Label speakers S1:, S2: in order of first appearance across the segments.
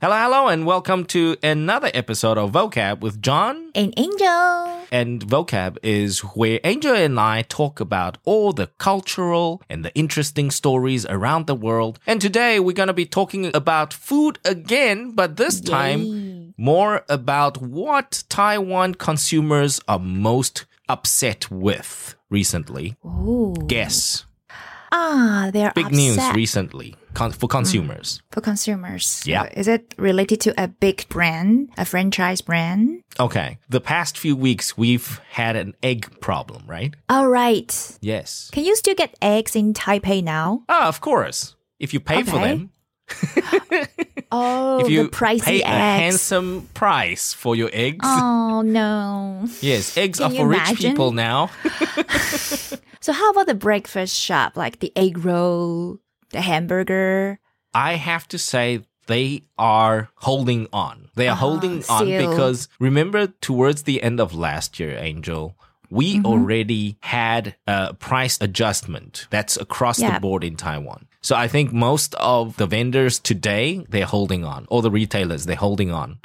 S1: Hello, hello, and welcome to another episode of Vocab with John.
S2: An angel.
S1: And vocab is where Angel and I talk about all the cultural and the interesting stories around the world. And today we're going to be talking about food again, but this
S2: Yay.
S1: time more about what Taiwan consumers are most upset with recently.
S2: Ooh.
S1: Guess.
S2: Ah, they're
S1: Big
S2: upset Mm.
S1: news recently con- for consumers.
S2: for consumers.
S1: Yeah.
S2: Is it related to a big brand, a franchise brand?
S1: Okay. The past few weeks we've had an egg problem, right?
S2: All right.
S1: Yes.
S2: Can you still get eggs in Taipei now?
S1: Ah, of course. If you pay for
S2: Okay.
S1: them,
S2: Oh,
S1: if you
S2: the pricey
S1: pay a
S2: eggs.
S1: handsome price for your eggs,
S2: Oh no.
S1: yes, eggs
S2: Can
S1: are
S2: you
S1: for rich
S2: imagine?
S1: people now.
S2: So how about the breakfast shop, like the egg roll, the hamburger?
S1: I have to say they are holding on. They are
S2: Uh-huh,
S1: holding on
S2: still.
S1: because remember towards the end of last year, Angel, we
S2: Mm-hmm.
S1: already had a price adjustment that's across the
S2: Yeah.
S1: board in Taiwan. So I think most of the vendors today they're holding on, or the retailers they're holding on.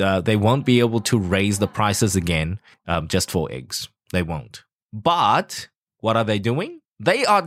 S1: Uh, they won't be able to raise the prices again um, just for eggs. They won't. But what are they doing? They are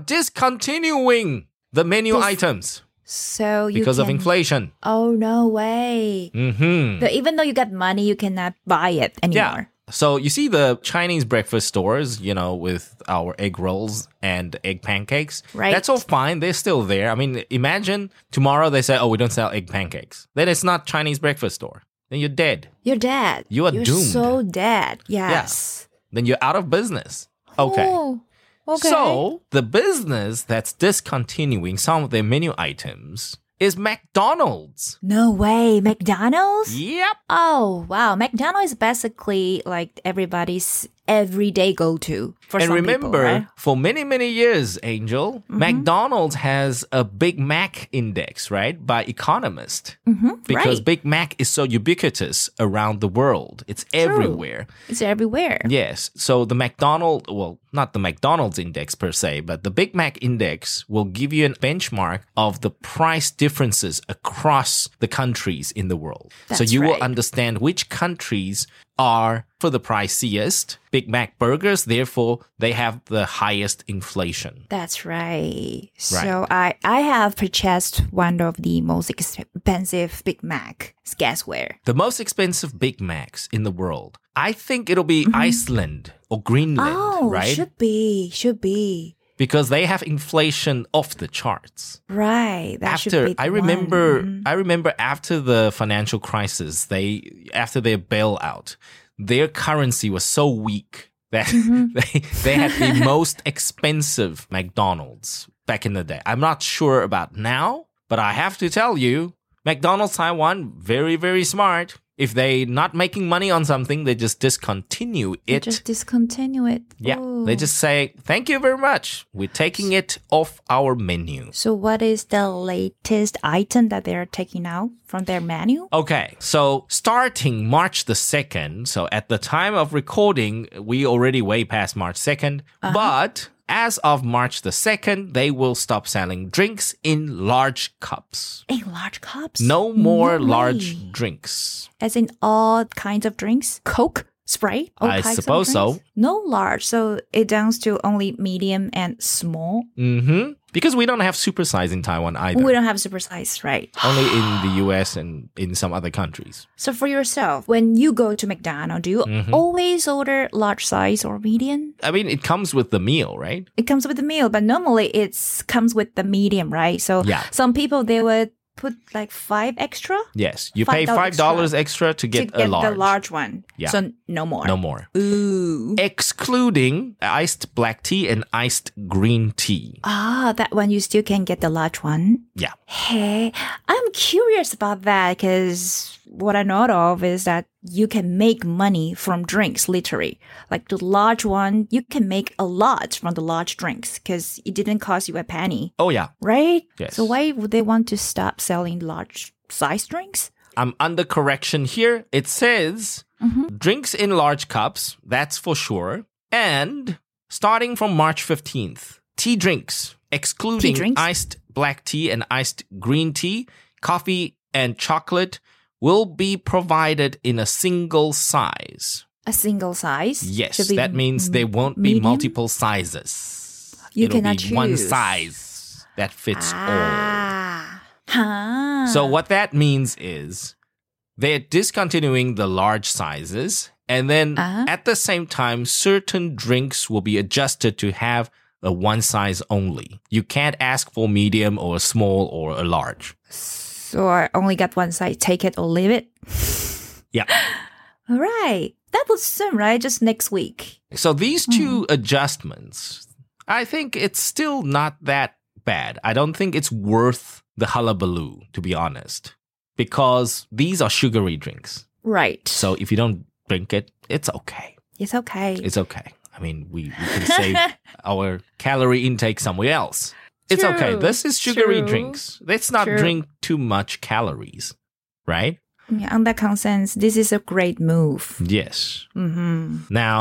S1: discontinuing the menu
S2: Dis-
S1: items
S2: So you
S1: because of
S2: can-
S1: inflation.
S2: Oh no way.
S1: hmm
S2: But even though you got money, you cannot buy it
S1: Yeah.
S2: anymore.
S1: So you see the Chinese breakfast stores, you know, with our egg rolls and egg pancakes.
S2: Right.
S1: That's all fine. They're still there. I mean, imagine tomorrow they say, "Oh, we don't sell egg pancakes." Then it's not Chinese breakfast store. Then you're dead.
S2: You're dead.
S1: You are
S2: You're
S1: doomed.
S2: so dead. Yes.
S1: Then you're out of business. Okay.
S2: Oh, okay.
S1: So the business that's discontinuing some of their menu items is McDonald's.
S2: no way, McDonald's.
S1: Yep.
S2: Oh wow, McDonald's is basically like everybody's everyday go-to for
S1: and
S2: some
S1: remember,
S2: people, right? Mm-hmm.
S1: for many, many years, Angel, McDonald's has a Big Mac index, right? By Economist.
S2: Mhm,
S1: Because
S2: right.
S1: Big Mac is so ubiquitous around the world, it's everywhere.
S2: It's everywhere.
S1: Yes. So the McDonald, well, not the McDonald's index per se, but the Big Mac index will give you a benchmark of the price differences across the countries in the world. so
S2: That's
S1: you will
S2: right.
S1: understand which countries are for the priciest Big Mac burgers, therefore they have the highest inflation.
S2: That's right. So I I have purchased one of the most expensive Big Mac glassware.
S1: The most expensive Big Macs in the world. I think it'll be Iceland or Greenland,
S2: Mm-hmm. Oh,
S1: right?
S2: should be, should be.
S1: Because they have inflation off the charts.
S2: Right. That should
S1: after
S2: be the
S1: I remember
S2: one. Mm-hmm.
S1: I remember after the financial crisis they after their bailout their currency was so weak that
S2: Mm-hmm.
S1: they they had the most expensive McDonald's back in the day. I'm not sure about now, but I have to tell you McDonald's Taiwan very very smart. If they not making money on something, they just discontinue
S2: They
S1: it.
S2: just discontinue it.
S1: yeah,
S2: Oh.
S1: they just say thank you very much. We're taking it off our menu.
S2: So what is the latest item that they are taking out from their menu?
S1: Okay, so starting March the 2nd, so at the time of recording, we already way past March 2nd,
S2: Uh-huh.
S1: but as of March the 2nd, they will stop selling drinks in large cups.
S2: In large cups.
S1: No more
S2: No
S1: large
S2: way.
S1: drinks.
S2: As in all kinds of drinks, Coke, Sprite. all
S1: I
S2: kinds of
S1: suppose so.
S2: drinks? No large, so it downs to only medium and small.
S1: hmm Because we don't have supersize in Taiwan either.
S2: We don't have super size, right?
S1: Only in the US and in some other countries.
S2: So for yourself, when you go to McDonald's, do you
S1: Mhm.
S2: always order large size or medium?
S1: I mean, it comes with the meal, right?
S2: It comes with the meal, but normally it's comes with the medium, right? So
S1: Yeah.
S2: some people they would put like five extra
S1: Yes. You
S2: Five
S1: pay
S2: dollar
S1: $5 extra, to get,
S2: to get
S1: a large.
S2: the large one.
S1: Yeah.
S2: So no more.
S1: No more.
S2: Ooh.
S1: excluding iced black tea and iced green tea.
S2: Ah, that one you still can get the large one.
S1: Yeah.
S2: Hey, I'm curious about that because what I know of is that you can make money from drinks, literally. Like the large one, you can make a lot from the large drinks because it didn't cost you a penny,
S1: Oh yeah.
S2: right?
S1: Yes.
S2: So why would they want to stop selling large size drinks?
S1: I'm under correction here. It says drinks in large cups, that's for sure. And starting from March 15th, tea drinks excluding
S2: drinks?
S1: iced black tea and iced green tea, coffee and chocolate will be provided in a single size.
S2: A single size.
S1: Yes,
S2: Should be Mm-hmm.
S1: that means there
S2: m-
S1: won't be
S2: medium?
S1: multiple sizes.
S2: You
S1: It'll
S2: cannot
S1: be one
S2: choose.
S1: size that fits all.
S2: ah. Huh.
S1: So what that means is they're discontinuing the large sizes, and then
S2: Uh-huh.
S1: at the same time, certain drinks will be adjusted to have a one size only. You can't ask for medium or a small or a large.
S2: So I only got one side. Take it or leave it.
S1: Yeah.
S2: All right. That was soon, right? Just next week.
S1: So these
S2: Hmm.
S1: two adjustments, I think it's still not that bad. I don't think it's worth the hullabaloo, to be honest, because these are sugary drinks.
S2: Right.
S1: So if you don't drink it, it's okay.
S2: it's okay.
S1: It's okay. I mean, we, we can save our calorie intake somewhere else. It's okay.
S2: True,
S1: This is sugary
S2: true,
S1: drinks. Let's not
S2: true.
S1: drink too much calories, right?
S2: Yeah, on that consent, this is a great move.
S1: Yes. Mm.
S2: hmm
S1: Now,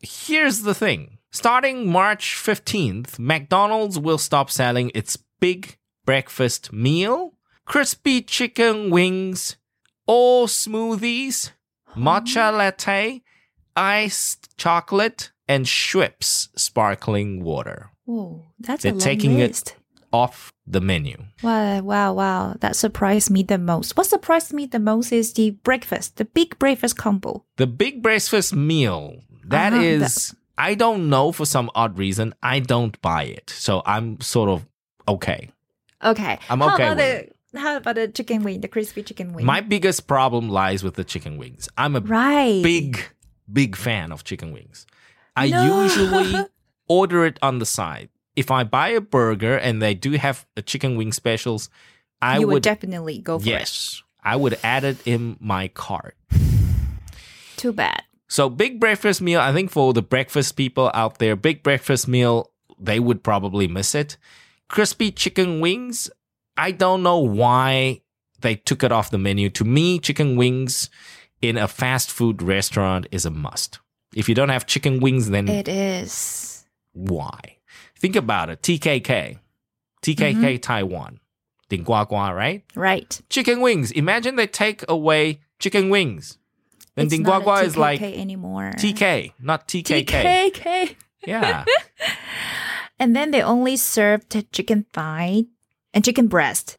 S1: here's the thing. Starting March 15th, McDonald's will stop selling its big breakfast meal, crispy chicken wings, all smoothies,
S2: Mm-hmm.
S1: matcha latte, iced chocolate, and Schweppes sparkling water
S2: Whoa, that's
S1: They're
S2: a long
S1: taking it-
S2: list.
S1: off the menu.
S2: Wow, wow, wow. That surprised me the most. What surprised me the most is the breakfast, the big breakfast combo.
S1: The big breakfast meal, that
S2: Ah,
S1: is,
S2: that-
S1: I don't know for some odd reason, I don't buy it. So I'm sort of okay.
S2: Okay.
S1: I'm
S2: how
S1: okay
S2: About
S1: with
S2: the, how about the chicken wing, the crispy chicken wing?
S1: My biggest problem lies with the chicken wings. I'm a
S2: right.
S1: big, big fan of chicken wings. I
S2: No.
S1: usually order it on the side. If I buy a burger and they do have a chicken wing specials, I
S2: you would
S1: would
S2: definitely go for it.
S1: yes, I would add it in my cart.
S2: Too bad.
S1: So big breakfast meal, I think for the breakfast people out there, big breakfast meal, they would probably miss it. Crispy chicken wings, I don't know why they took it off the menu. To me, chicken wings in a fast food restaurant is a must. If you don't have chicken wings, then
S2: It is.
S1: why? Think about it. TKK. TKK
S2: Mm-hmm.
S1: Taiwan. Ding Gua Gua, right?
S2: Right.
S1: Chicken wings. Imagine they take away chicken wings. Then
S2: It's
S1: Ding Gua
S2: not a
S1: Gua is like
S2: TKK anymore.
S1: TK, not TKK.
S2: TKK.
S1: Yeah.
S2: And then they only served chicken thigh and chicken breast.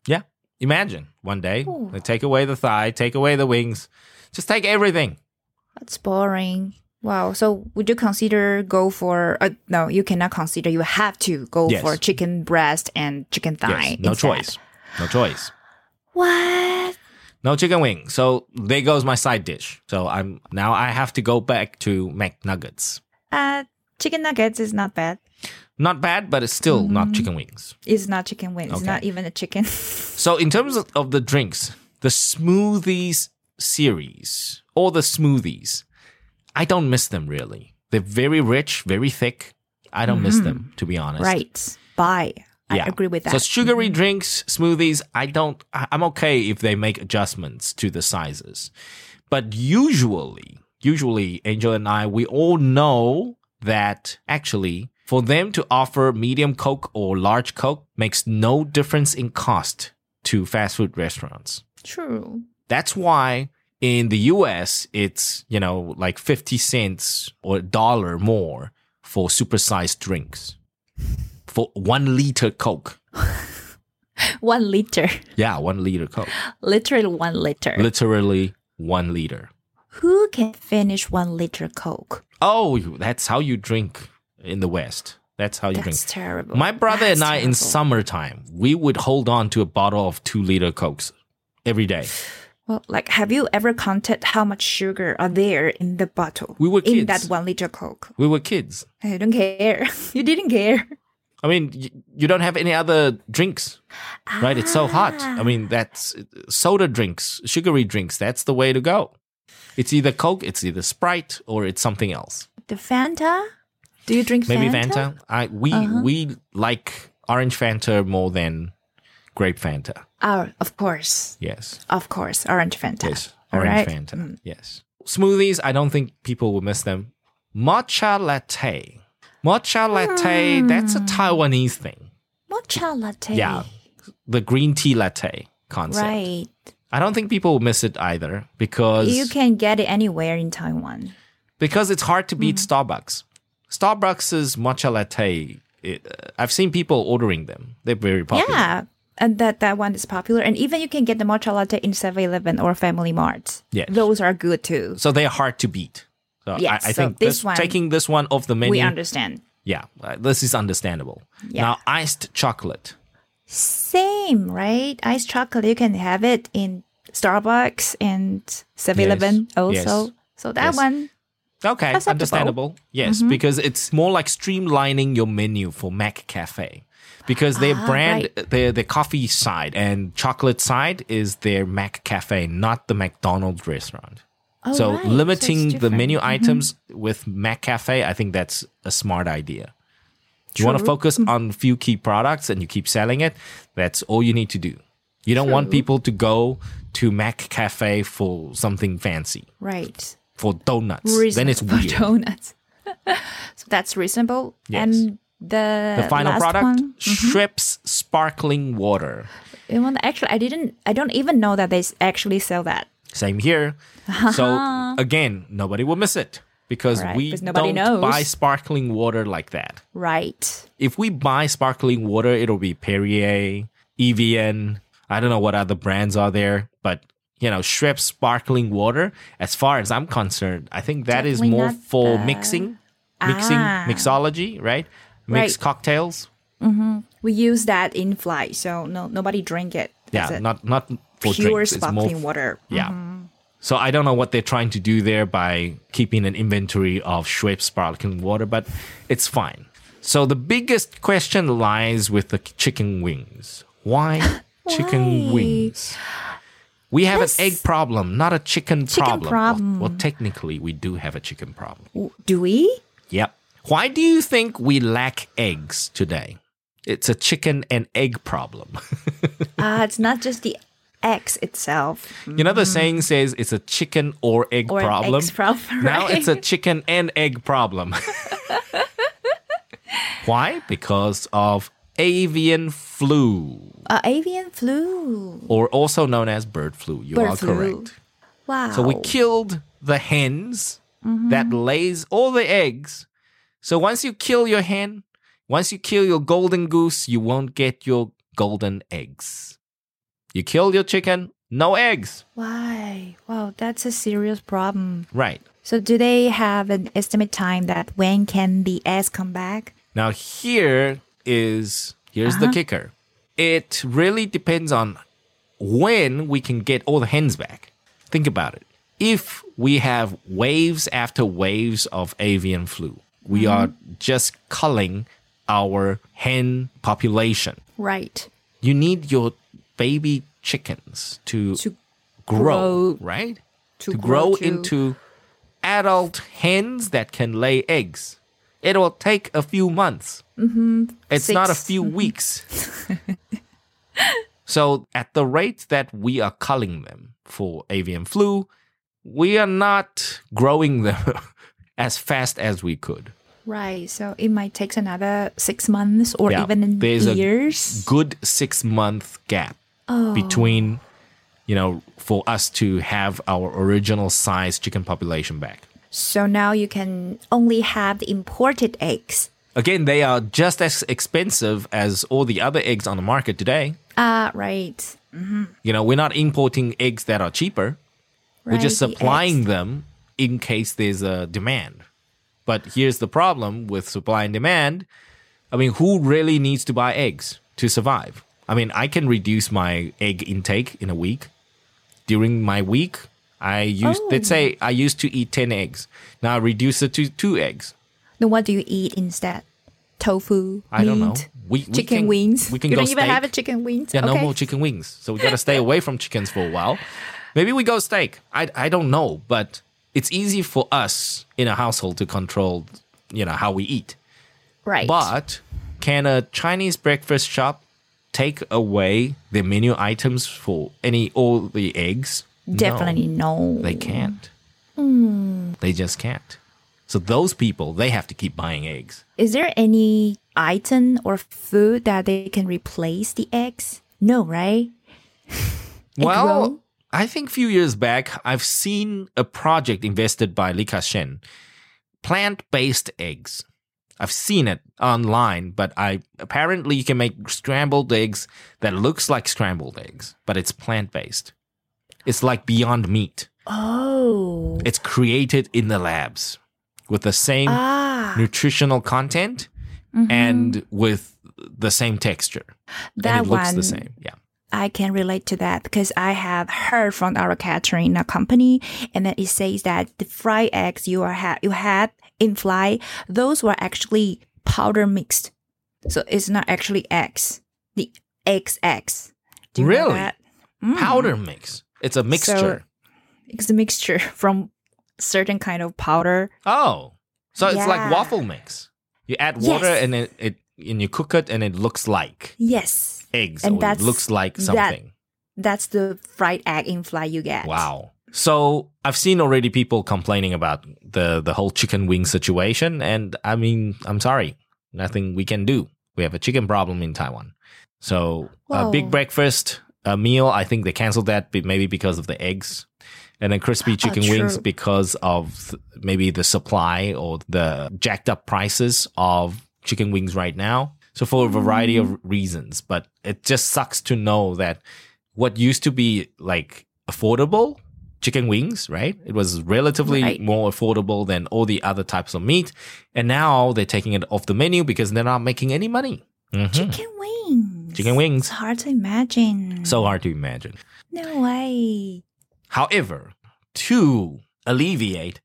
S1: Imagine one day
S2: Ooh.
S1: they take away the thigh, take away the wings, just take everything.
S2: That's boring. Wow. So would you consider go for? Uh, no, you cannot consider. You have to go
S1: Yes.
S2: for chicken breast and chicken thigh.
S1: Yes, no
S2: instead.
S1: choice. No choice.
S2: What?
S1: No chicken wing. So there goes my side dish. So I'm now I have to go back to McNuggets.
S2: Uh, chicken nuggets is not bad.
S1: Not bad, but it's still
S2: Mm-hmm.
S1: not chicken wings.
S2: It's not chicken wings. It's
S1: Okay.
S2: not even a chicken.
S1: So in terms of- of the drinks, the smoothies series or the smoothies, I don't miss them really. They're very rich, very thick. I don't miss them to be honest.
S2: Mm-hmm. right. Bye.
S1: Yeah.
S2: I agree with that. Mm-hmm.
S1: So sugary drinks, smoothies, I don't I- I'm okay if they make adjustments to the sizes. But usually, usually Angel and I we all know that actually for them to offer medium coke or large coke makes no difference in cost to fast food restaurants.
S2: True.
S1: That's why in the US it's, you know, like 50 cents or a dollar more for supersized drinks. For 1 liter coke.
S2: One liter.
S1: Yeah, one liter Coke.
S2: Literally one liter.
S1: Literally one liter.
S2: Who can finish one liter Coke?
S1: Oh, you- that's how you drink in the West. That's how you
S2: That's
S1: drink.
S2: terrible.
S1: My brother
S2: That's
S1: and I, in
S2: terrible.
S1: summertime, we would hold on to a bottle of two liter Cokes every day.
S2: Well, like, have you ever counted how much sugar are there in the bottle?
S1: We were
S2: in
S1: kids.
S2: that one liter Coke.
S1: We were kids.
S2: I don't care. you didn't care,
S1: I mean, y- you don't have any other drinks, right? It's so hot. I
S2: Ah.
S1: mean, that's soda drinks, sugary drinks. That's the way to go. It's either Coke, it's either Sprite, or it's something else.
S2: the Fanta. Do you drink
S1: maybe
S2: Fanta? Uh-huh.
S1: Fanta. I we we like orange Fanta more than grape Fanta.
S2: Oh, of course,
S1: Yes,
S2: of course, orange Fanta.
S1: yes,
S2: All
S1: orange
S2: right.
S1: Fanta.
S2: Mm.
S1: Yes, smoothies. I don't think people will miss them. Matcha latte. Matcha latte.
S2: Hmm.
S1: That's a Taiwanese thing.
S2: Matcha latte.
S1: Yeah, the green tea latte concept.
S2: Right.
S1: I don't think people miss it either because
S2: You can get it anywhere in Taiwan.
S1: because it's hard to beat
S2: Hmm.
S1: Starbucks. Starbucks' matcha latte, it, uh, I've seen people ordering them. They're very popular.
S2: Yeah. And that, that one is popular. And even you can get the matcha latte in 7 Eleven or Family Mart.
S1: Yes.
S2: Those are good too.
S1: So they're hard to beat. So
S2: Yes,
S1: I, I
S2: so
S1: think
S2: this
S1: this,
S2: one-
S1: taking this one off the
S2: We
S1: menu,
S2: understand.
S1: yeah, uh, this is understandable. Now, iced chocolate.
S2: Same, right? Iced chocolate, you can have it in Starbucks and 7 Eleven
S1: Yes.
S2: also.
S1: Yes.
S2: So that
S1: Yes.
S2: one,
S1: Okay,
S2: Acceptable.
S1: understandable. Yes,
S2: Mm-hmm.
S1: because it's more like streamlining your menu for Mac Cafe. Because their
S2: Ah,
S1: brand, their their coffee side and chocolate side is their Mac Cafe, not the McDonald's restaurant.
S2: Oh,
S1: so
S2: right. So it's
S1: limiting the menu
S2: different. Mm-hmm.
S1: items with Mac Cafe, I think that's a smart idea. You want to focus
S2: Mm.
S1: on few key products and you keep selling it. That's all you need to do. You don't want people to go to Mac Cafe for something fancy,
S2: right?
S1: for donuts. then
S2: Reasonable
S1: it's weird.
S2: donuts. so that's reasonable.
S1: Yes.
S2: And the,
S1: the final
S2: last
S1: product
S2: one, Mm-hmm.
S1: shrips sparkling water
S2: you want- actually, I didn't, I don't even know that they s- actually sell that.
S1: same here so again nobody will miss it because
S2: Right,
S1: we
S2: because nobody
S1: don't
S2: knows.
S1: buy sparkling water like that
S2: Right.
S1: if we buy sparkling water it'll be perrier evian i don't know what other brands are there but you know shrips sparkling water as far as i'm concerned i think that is
S2: Definitely
S1: more
S2: not
S1: for
S2: the-
S1: mixing mixing
S2: Ah.
S1: mixology right mixed
S2: Right.
S1: cocktails
S2: We use that in flight, so no, nobody drink it.
S1: yeah
S2: It's a
S1: not not for
S2: pure
S1: drinks it's more
S2: sparkling water.
S1: Yeah. So I don't know what they're trying to do there by keeping an inventory of Schweppes sparkling water, but it's fine. So the biggest question lies with the chicken wings. Why chicken
S2: Why?
S1: wings? We have
S2: This-
S1: an egg problem, not a chicken, problem.
S2: problem.
S1: Well, well, technically, we do have a chicken problem.
S2: W- Do we?
S1: Yep. Why do you think we lack eggs today? It's a chicken and egg problem.
S2: Uh, it's not just the X itself
S1: You know the saying says it's a chicken or egg
S2: or
S1: problem.
S2: X problem.
S1: Now
S2: right?
S1: it's a chicken and egg problem. Why? Because of avian flu,
S2: Uh, avian flu.
S1: or also known as bird flu. You
S2: Bird
S1: are
S2: flu.
S1: correct.
S2: Wow.
S1: So we killed the hens
S2: Mm-hmm.
S1: that lays all the eggs. So once you kill your hen, once you kill your golden goose, you won't get your golden eggs. You kill your chicken, no eggs.
S2: Why? Wow, that's a serious problem.
S1: Right.
S2: So do they have an estimate time that when can the S come back?
S1: Now here is here's the kicker. It really depends on when we can get all the hens back. Think about it. If we have waves after waves of avian flu, we are just culling our hen population.
S2: Right.
S1: You need your baby chickens to,
S2: To
S1: grow,
S2: grow-
S1: right?
S2: to
S1: grow,
S2: grow to-
S1: into adult hens that can lay eggs. It will take a few months. It's not a
S2: Mm-hmm. Six. Mm-hmm.
S1: few weeks. so, at the rate that we are culling them for avian flu, we are not growing them as fast as we could.
S2: Right. So it might take another six months or
S1: Yeah,
S2: even
S1: there's a-
S2: years.
S1: Good six month gap
S2: Oh.
S1: between, you know, for us to have our original size chicken population back.
S2: So now you can only have the imported eggs.
S1: Again, they are just as expensive as all the other eggs on the market today.
S2: Ah, right.
S1: You know, we're not importing eggs that are cheaper.
S2: right.
S1: We're just
S2: the eggs.
S1: supplying them in case there's a demand. But here's the problem with supply and demand. I mean, who really needs to buy eggs to survive? I mean, I can reduce my egg intake in a week. During my week, I used let's
S2: Oh.
S1: say I used to eat 10 eggs. Now I reduce it to 2 eggs.
S2: Then what do you eat instead? Tofu,
S1: I don't know.
S2: meat,
S1: We, we
S2: chicken
S1: can-
S2: wings.
S1: We can
S2: you
S1: go
S2: don't even
S1: steak.
S2: have a chicken wings.
S1: Yeah, no
S2: okay.
S1: more chicken wings. So we gotta stay away from chickens for a while. Maybe we go steak. I I don't know, but it's easy for us in a household to control, you know, how we eat.
S2: Right.
S1: But can a Chinese breakfast shop take away the menu items for any all the eggs? No,
S2: Definitely Hmm. no.
S1: they can't. They just can't. So those people, they have to keep buying eggs.
S2: Is there any item or food that they can replace the eggs? No, right?
S1: well,
S2: roll?
S1: I think a few years back, I've seen a project invested by Li Ka-sheng, plant-based eggs. I've seen it online, but I apparently you can make scrambled eggs that looks like scrambled eggs, but it's plant-based. It's like Beyond Meat.
S2: Oh.
S1: It's created in the labs with the same
S2: ah.
S1: nutritional content
S2: mhm.
S1: and with the same texture.
S2: that
S1: and it looks
S2: one
S1: the same. Yeah.
S2: I can relate to that because I have heard from our catering company, and then it says that the fried eggs you are ha- you had in fly, those were actually powder mixed, so it's not actually eggs. The eggs eggs. Do you know
S1: Really?
S2: that? Mm.
S1: Powder mix. It's a mixture.
S2: It's a mixture from certain kind of powder.
S1: oh. So it's like
S2: Yeah.
S1: waffle mix. You add water
S2: Yes.
S1: and it, it and you cook it and it looks like
S2: Yes,
S1: eggs
S2: And
S1: or it
S2: that's-
S1: looks like
S2: that-
S1: something.
S2: that's the fried egg in fly you get.
S1: Wow. So I've seen already people complaining about the the whole chicken wing situation, and I mean, I'm sorry, nothing we can do. We have a chicken problem in Taiwan. So a big
S2: Whoa.
S1: breakfast, a meal. I think they canceled that, but maybe because of the eggs, and then crispy chicken wings
S2: Ah, true.
S1: because of th- maybe the supply or the jacked up prices of chicken wings right now. So for a variety
S2: Mm.
S1: of reasons, but it just sucks to know that what used to be like affordable chicken wings, right? It was relatively
S2: Right.
S1: more affordable than all the other types of meat, and now they're taking it off the menu because they're not making any money. Mhm.
S2: Chicken wings.
S1: Chicken wings.
S2: It's hard to imagine.
S1: So hard to imagine.
S2: no way.
S1: However, to alleviate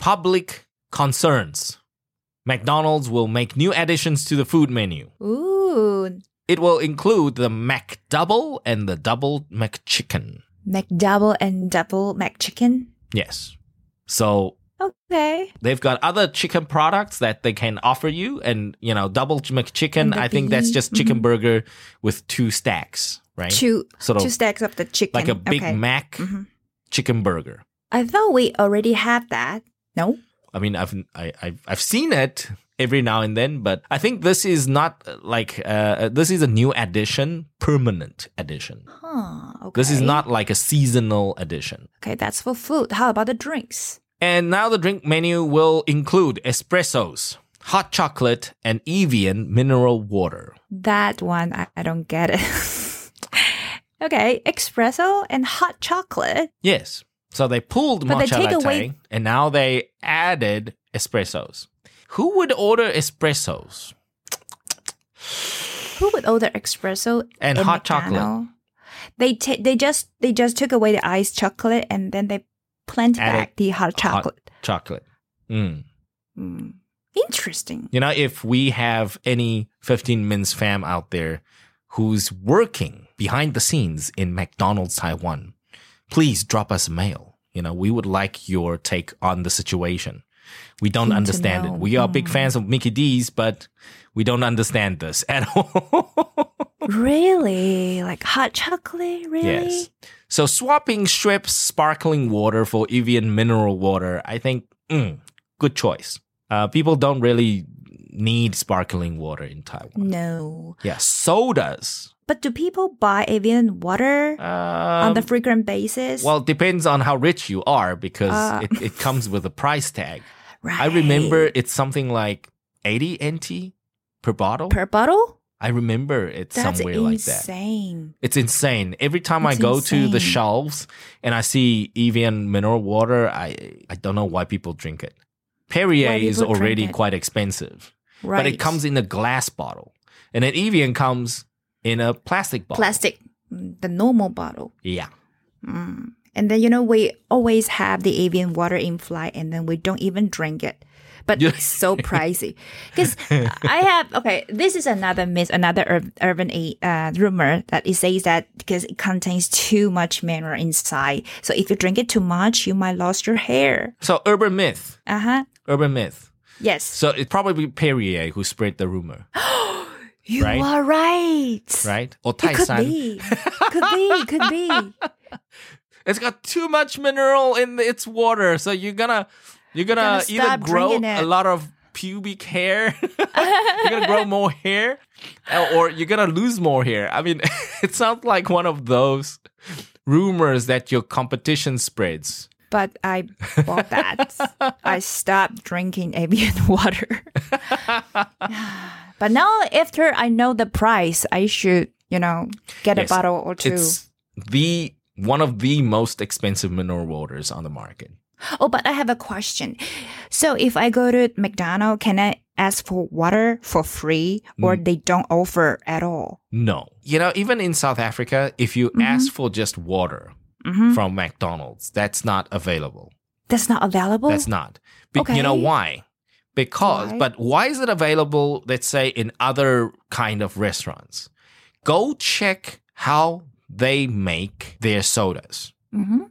S1: public concerns, McDonald's will make new additions to the food menu.
S2: Ooh,
S1: It will include the McDouble and the Double McChicken.
S2: McDouble and double McChicken.
S1: Yes. So
S2: Okay.
S1: they've got other chicken products that they can offer you, and you know, Double
S2: And
S1: McChicken.
S2: the
S1: I think that's
S2: beef.
S1: just chicken burger with two stacks, right?
S2: Mm-hmm. Two
S1: sort of
S2: two stacks of the chicken.
S1: like a Big
S2: okay.
S1: Mac
S2: Mhm.
S1: chicken burger.
S2: I thought we already had that. No.
S1: I mean, I've I, I've I've seen it every now and then, but I think this is not uh, like uh, this is a new addition, permanent addition.
S2: Huh. Okay.
S1: This is not like a seasonal addition.
S2: Okay, that's for food. How about the drinks?
S1: And now the drink menu will include espressos, hot chocolate, and Evian mineral water.
S2: That one I, I don't get it. okay, espresso and hot chocolate.
S1: Yes. So they pulled
S2: But they
S1: matcha
S2: take
S1: latte,
S2: away-
S1: and now they added espressos. Who would order espressos
S2: Who would order espresso
S1: and
S2: in
S1: hot chocolate?
S2: McDonald's? They ta they just they just took away the iced chocolate and then they planted
S1: Added
S2: back the hot chocolate.
S1: Chocolate. Mm.
S2: Mm. Interesting.
S1: You know, if we have any 15 Minutes fam out there who's working behind the scenes in McDonald's Taiwan, please drop us a mail. You know, we would like your take on the situation. We don't
S2: Keen to
S1: understand it.
S2: know.
S1: We are big
S2: Mm.
S1: fans of Mickey D's, but we don't understand this at all.
S2: Really? Like hot chocolate? Really?
S1: Yes. So swapping Schweppes sparkling water for Evian mineral water, I think, mm, good choice. Uh, people don't really need sparkling water in Taiwan.
S2: No.
S1: Yeah, sodas.
S2: But do people buy avian water on
S1: Um,
S2: the frequent basis?
S1: well, depends on how rich you are because
S2: Uh.
S1: it, it comes with a price tag.
S2: right.
S1: I remember it's something like 80 NT per bottle.
S2: per bottle.
S1: I remember it's
S2: That's
S1: somewhere like that.
S2: insane.
S1: It's insane. Every time I
S2: It's
S1: go to the
S2: insane.
S1: shelves and I see Evian mineral water, I I don't know why people drink it. Perrier is
S2: people drink
S1: already
S2: it.
S1: quite expensive,
S2: Right.
S1: but it comes in a glass bottle, and an Evian comes in a plastic bottle.
S2: plastic, mm, the normal bottle.
S1: Yeah.
S2: Mm. And then you know we always have the avian water in flight, and then we don't even drink it. But
S1: Yeah.
S2: it's so pricey because I have okay. This is another myth, another ur- urban a- uh, rumor that it says that because it contains too much mineral inside, so if you drink it too much, you might lose your hair.
S1: So urban myth,
S2: Uh huh.
S1: urban myth.
S2: Yes,
S1: So it's probably Perrier who spread the rumor,
S2: you
S1: Right?
S2: are right.
S1: right? Or
S2: It could
S1: Tyson.
S2: be, could be, could be.
S1: It's got too much mineral in its water, so you're gonna you're gonna,
S2: Gonna
S1: either
S2: stop
S1: grow
S2: drinking
S1: a
S2: it.
S1: lot of pubic hair, you're gonna grow more uh, hair, or or you're gonna lose more hair. I mean, it sounds like one of those rumors that your competition spreads.
S2: But I bought that. I stopped drinking ambient water. but now, after I know the price, I should, you know, get
S1: Yes,
S2: a bottle or two.
S1: It's the one of the most expensive mineral waters on the market.
S2: Oh, but I have a question. So if I go to McDonald's, can I ask for water for free or
S1: Mm.
S2: they don't offer at all?
S1: No. You know, even in South Africa, if you
S2: Mm-hmm.
S1: ask for just water
S2: Mhm.
S1: from McDonald's, that's not available.
S2: That's not available?
S1: That's not. Be- You know
S2: Okay.
S1: why? Because,
S2: Why?
S1: but why is it available, let's say, in other kind of restaurants? Go check how they make their sodas.
S2: hmm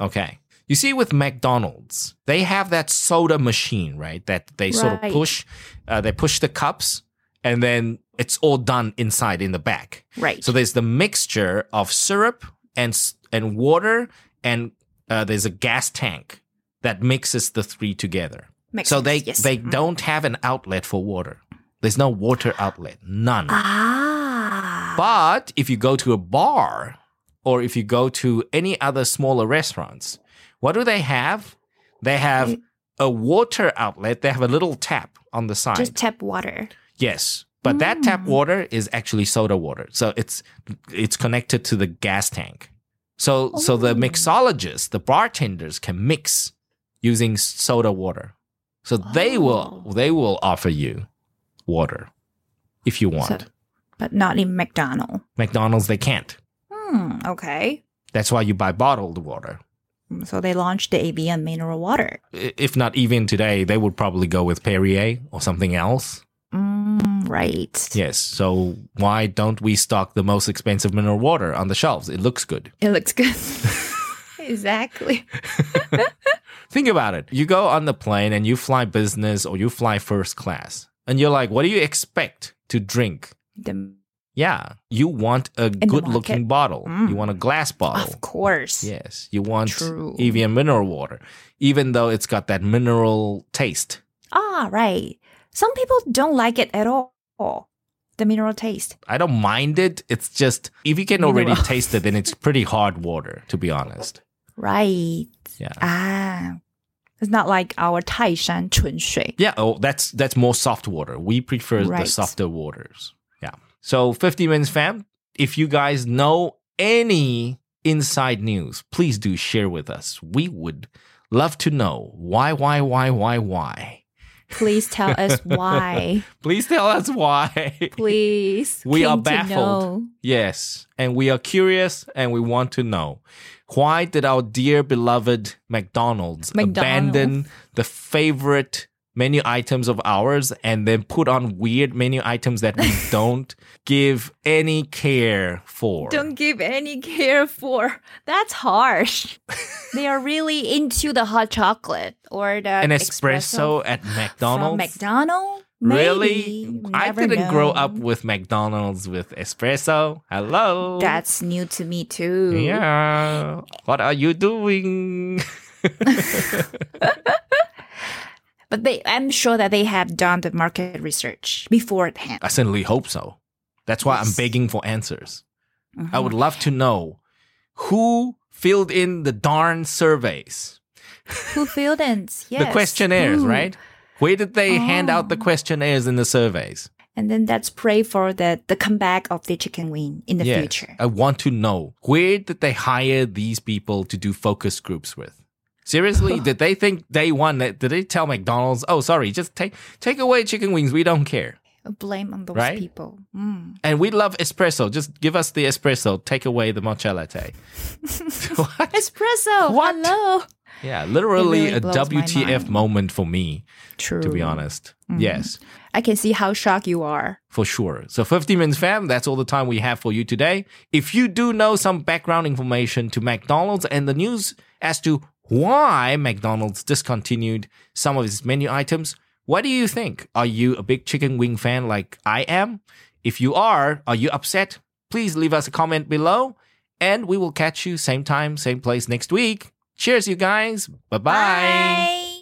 S1: Okay. You see, with McDonald's, they have that soda machine, right? That they sort of
S2: Right.
S1: push, uh, they push the cups, and then it's all done inside in the back.
S2: Right.
S1: So there's the mixture of syrup and s- and water, and uh, there's a gas tank that mixes the three together.
S2: Makes
S1: so
S2: sense,
S1: they
S2: yes.
S1: they
S2: Mhm.
S1: don't have an outlet for water. There's no water outlet, none.
S2: Ah.
S1: But if you go to a bar or if you go to any other smaller restaurants, what do they have? They have a water outlet. They have a little tap on the side.
S2: Mm. Just tap water.
S1: yes. But that
S2: Mm.
S1: tap water is actually soda water. So it's it's connected to the gas tank. So so the
S2: Oh.
S1: mixologists, the bartenders can mix using soda water. So they will
S2: Oh.
S1: they will offer you water if you want.
S2: But not in McDonald's.
S1: McDonald's they can't.
S2: Hmm. Okay.
S1: That's why you buy bottled water.
S2: So they launched the ABM mineral water.
S1: I- If not even today, they would probably go with Perrier or something else.
S2: Mm, right.
S1: Yes. So why don't we stock the most expensive mineral water on the shelves? It looks good.
S2: It looks good. exactly.
S1: Think about it. You go on the plane and you fly business or you fly first class. And you're like, what do you expect to drink?
S2: The,
S1: Yeah. You want a
S2: the
S1: good looking
S2: market.
S1: bottle.
S2: Mm.
S1: You want a glass bottle.
S2: Of course.
S1: Yes. You want
S2: True.
S1: Evian mineral water, even though it's got that mineral taste.
S2: Ah, right. Some people don't like it at all. The mineral taste.
S1: I don't mind it. It's just if you can already
S2: Mineral.
S1: taste it, then it's pretty hard water, to be honest.
S2: Right.
S1: Yeah.
S2: Ah. It's not like our Taishan Chunshui.
S1: Yeah. Oh, that's that's more soft water. We prefer the
S2: Right.
S1: softer waters. Yeah. So, 50 Minutes Fam, if you guys know any inside news, please do share with us. We would love to know why, why, why, why, why.
S2: Please tell us why.
S1: Please tell us why.
S2: Please.
S1: We are
S2: Keen to
S1: baffled.
S2: know.
S1: Yes, and we are curious and we want to know why did our dear beloved McDonald's,
S2: McDonald's.
S1: abandon the favorite menu items of ours and then put on weird menu items that we don't give any care for?
S2: Don't give any care for. That's harsh. they are really into the hot chocolate or the
S1: An espresso, at McDonald's?
S2: from McDonald's.
S1: Really?
S2: Maybe. You
S1: I
S2: never
S1: didn't grow
S2: know.
S1: up with McDonald's with espresso. Hello.
S2: That's new to me too.
S1: yeah. What are you doing?
S2: But they, I'm sure that they have done the market research beforehand.
S1: I certainly hope so. That's why I'm
S2: Yes. Mm.
S1: begging for answers.
S2: Mm-hmm.
S1: I would love to know who filled in the darn surveys,
S2: Who filled in? Yes. Hmm.
S1: the questionnaires,
S2: Who?
S1: right? Where did they hand out the
S2: Oh.
S1: questionnaires in the surveys?
S2: And then let's pray for the, the comeback of the chicken wing in the
S1: Yes.
S2: future.
S1: I want to know where did they hire these people to do focus groups with? Seriously, did they think day one that did they tell McDonald's, oh sorry, just take take away chicken wings, we don't care.
S2: Blame on those
S1: Uh, Right?
S2: people. Mm.
S1: And we love espresso. Just give us the espresso, take away the matcha latte. what?
S2: Espresso.
S1: What?
S2: Hello.
S1: Yeah, literally
S2: really
S1: a
S2: blows my
S1: WTF
S2: mind.
S1: moment for me,
S2: True. Mm-hmm.
S1: to be honest. Yes,
S2: I can see how shocked you are.
S1: for sure. So, 50 Minutes Fam, that's all the time we have for you today. If you do know some background information to McDonald's and the news as to why McDonald's discontinued some of its menu items, what do you think? Are you a big chicken wing fan like I am? If you are, are you upset? Please leave us a comment below, and we will catch you same time, same place next week. Cheers, you guys. Bye-bye.
S2: Bye.